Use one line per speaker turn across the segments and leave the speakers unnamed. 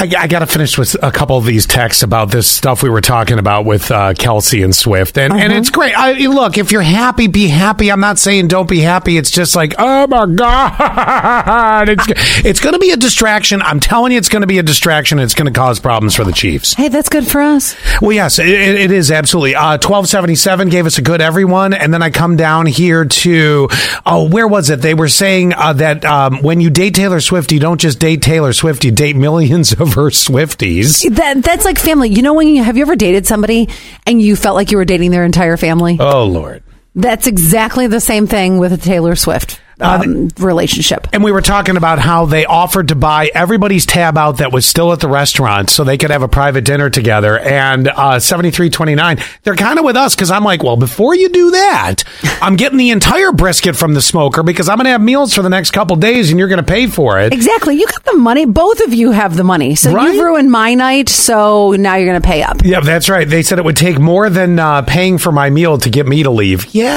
I, I got to finish with a couple of these texts about this stuff we were talking about with uh, Kelsey and Swift, and and it's great. I, look, if you're happy, be happy. I'm not saying don't be happy. It's just like, oh my god, it's it's going to be a distraction. I'm telling you, it's going to be a distraction. It's going to cause problems for the Chiefs.
Hey, that's good for us.
Well, yes, it, it it is absolutely. Uh, Twelve seventy seven gave us a good everyone, and then I come down here to oh, where was it? They were saying uh, that um, when you date Taylor Swift, you don't just date Taylor Swift; you date millions of her Swifties.
That that's like family. You know when you have you ever dated somebody and you felt like you were dating their entire family?
Oh Lord.
That's exactly the same thing with a Taylor Swift um, relationship.
And we were talking about how they offered to buy everybody's tab out that was still at the restaurant so they could have a private dinner together. And uh, 7329, they're kind of with us because I'm like, well, before you do that, I'm getting the entire brisket from the smoker because I'm going to have meals for the next couple days and you're going to pay for it.
Exactly. You got the money. Both of you have the money. So
Right?
you ruined my night. So now you're going to pay up.
Yeah, that's right. They said it would take more than uh, paying for my meal to get me to leave. Yeah,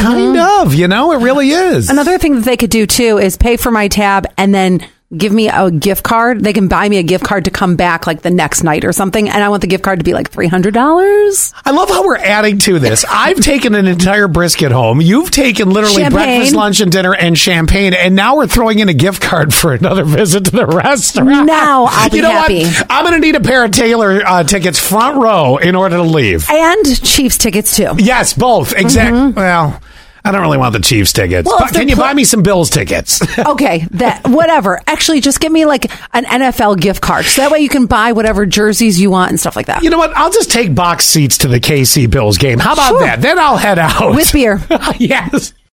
kind of. You know, it really is.
Another thing that they could do too is pay for my tab and then give me a gift card. They can buy me a gift card to come back like the next night or something. And I want the gift card to be like $300.
I love how we're adding to this. I've taken an entire brisket home. You've taken literally
Champagne.
breakfast, lunch, and dinner, and champagne, and now we're throwing in a gift card for another visit to the restaurant.
Now I'll be
you know
happy.
what? I'm going to need a pair of Taylor uh, tickets, front row, in order to leave.
And Chiefs tickets too.
Yes, both. Exactly. Well. I don't really want the Chiefs tickets.
Mm-hmm. Well,
but
if they're
can you
pl-
buy me some Bills tickets?
Okay, that whatever. Actually, just give me like an NFL gift card, so that way you can buy whatever jerseys you want and stuff like that.
you know what? I'll just take box seats to the KC Bills game. How about
Sure.
that? Then I'll head out.
With beer.
yes.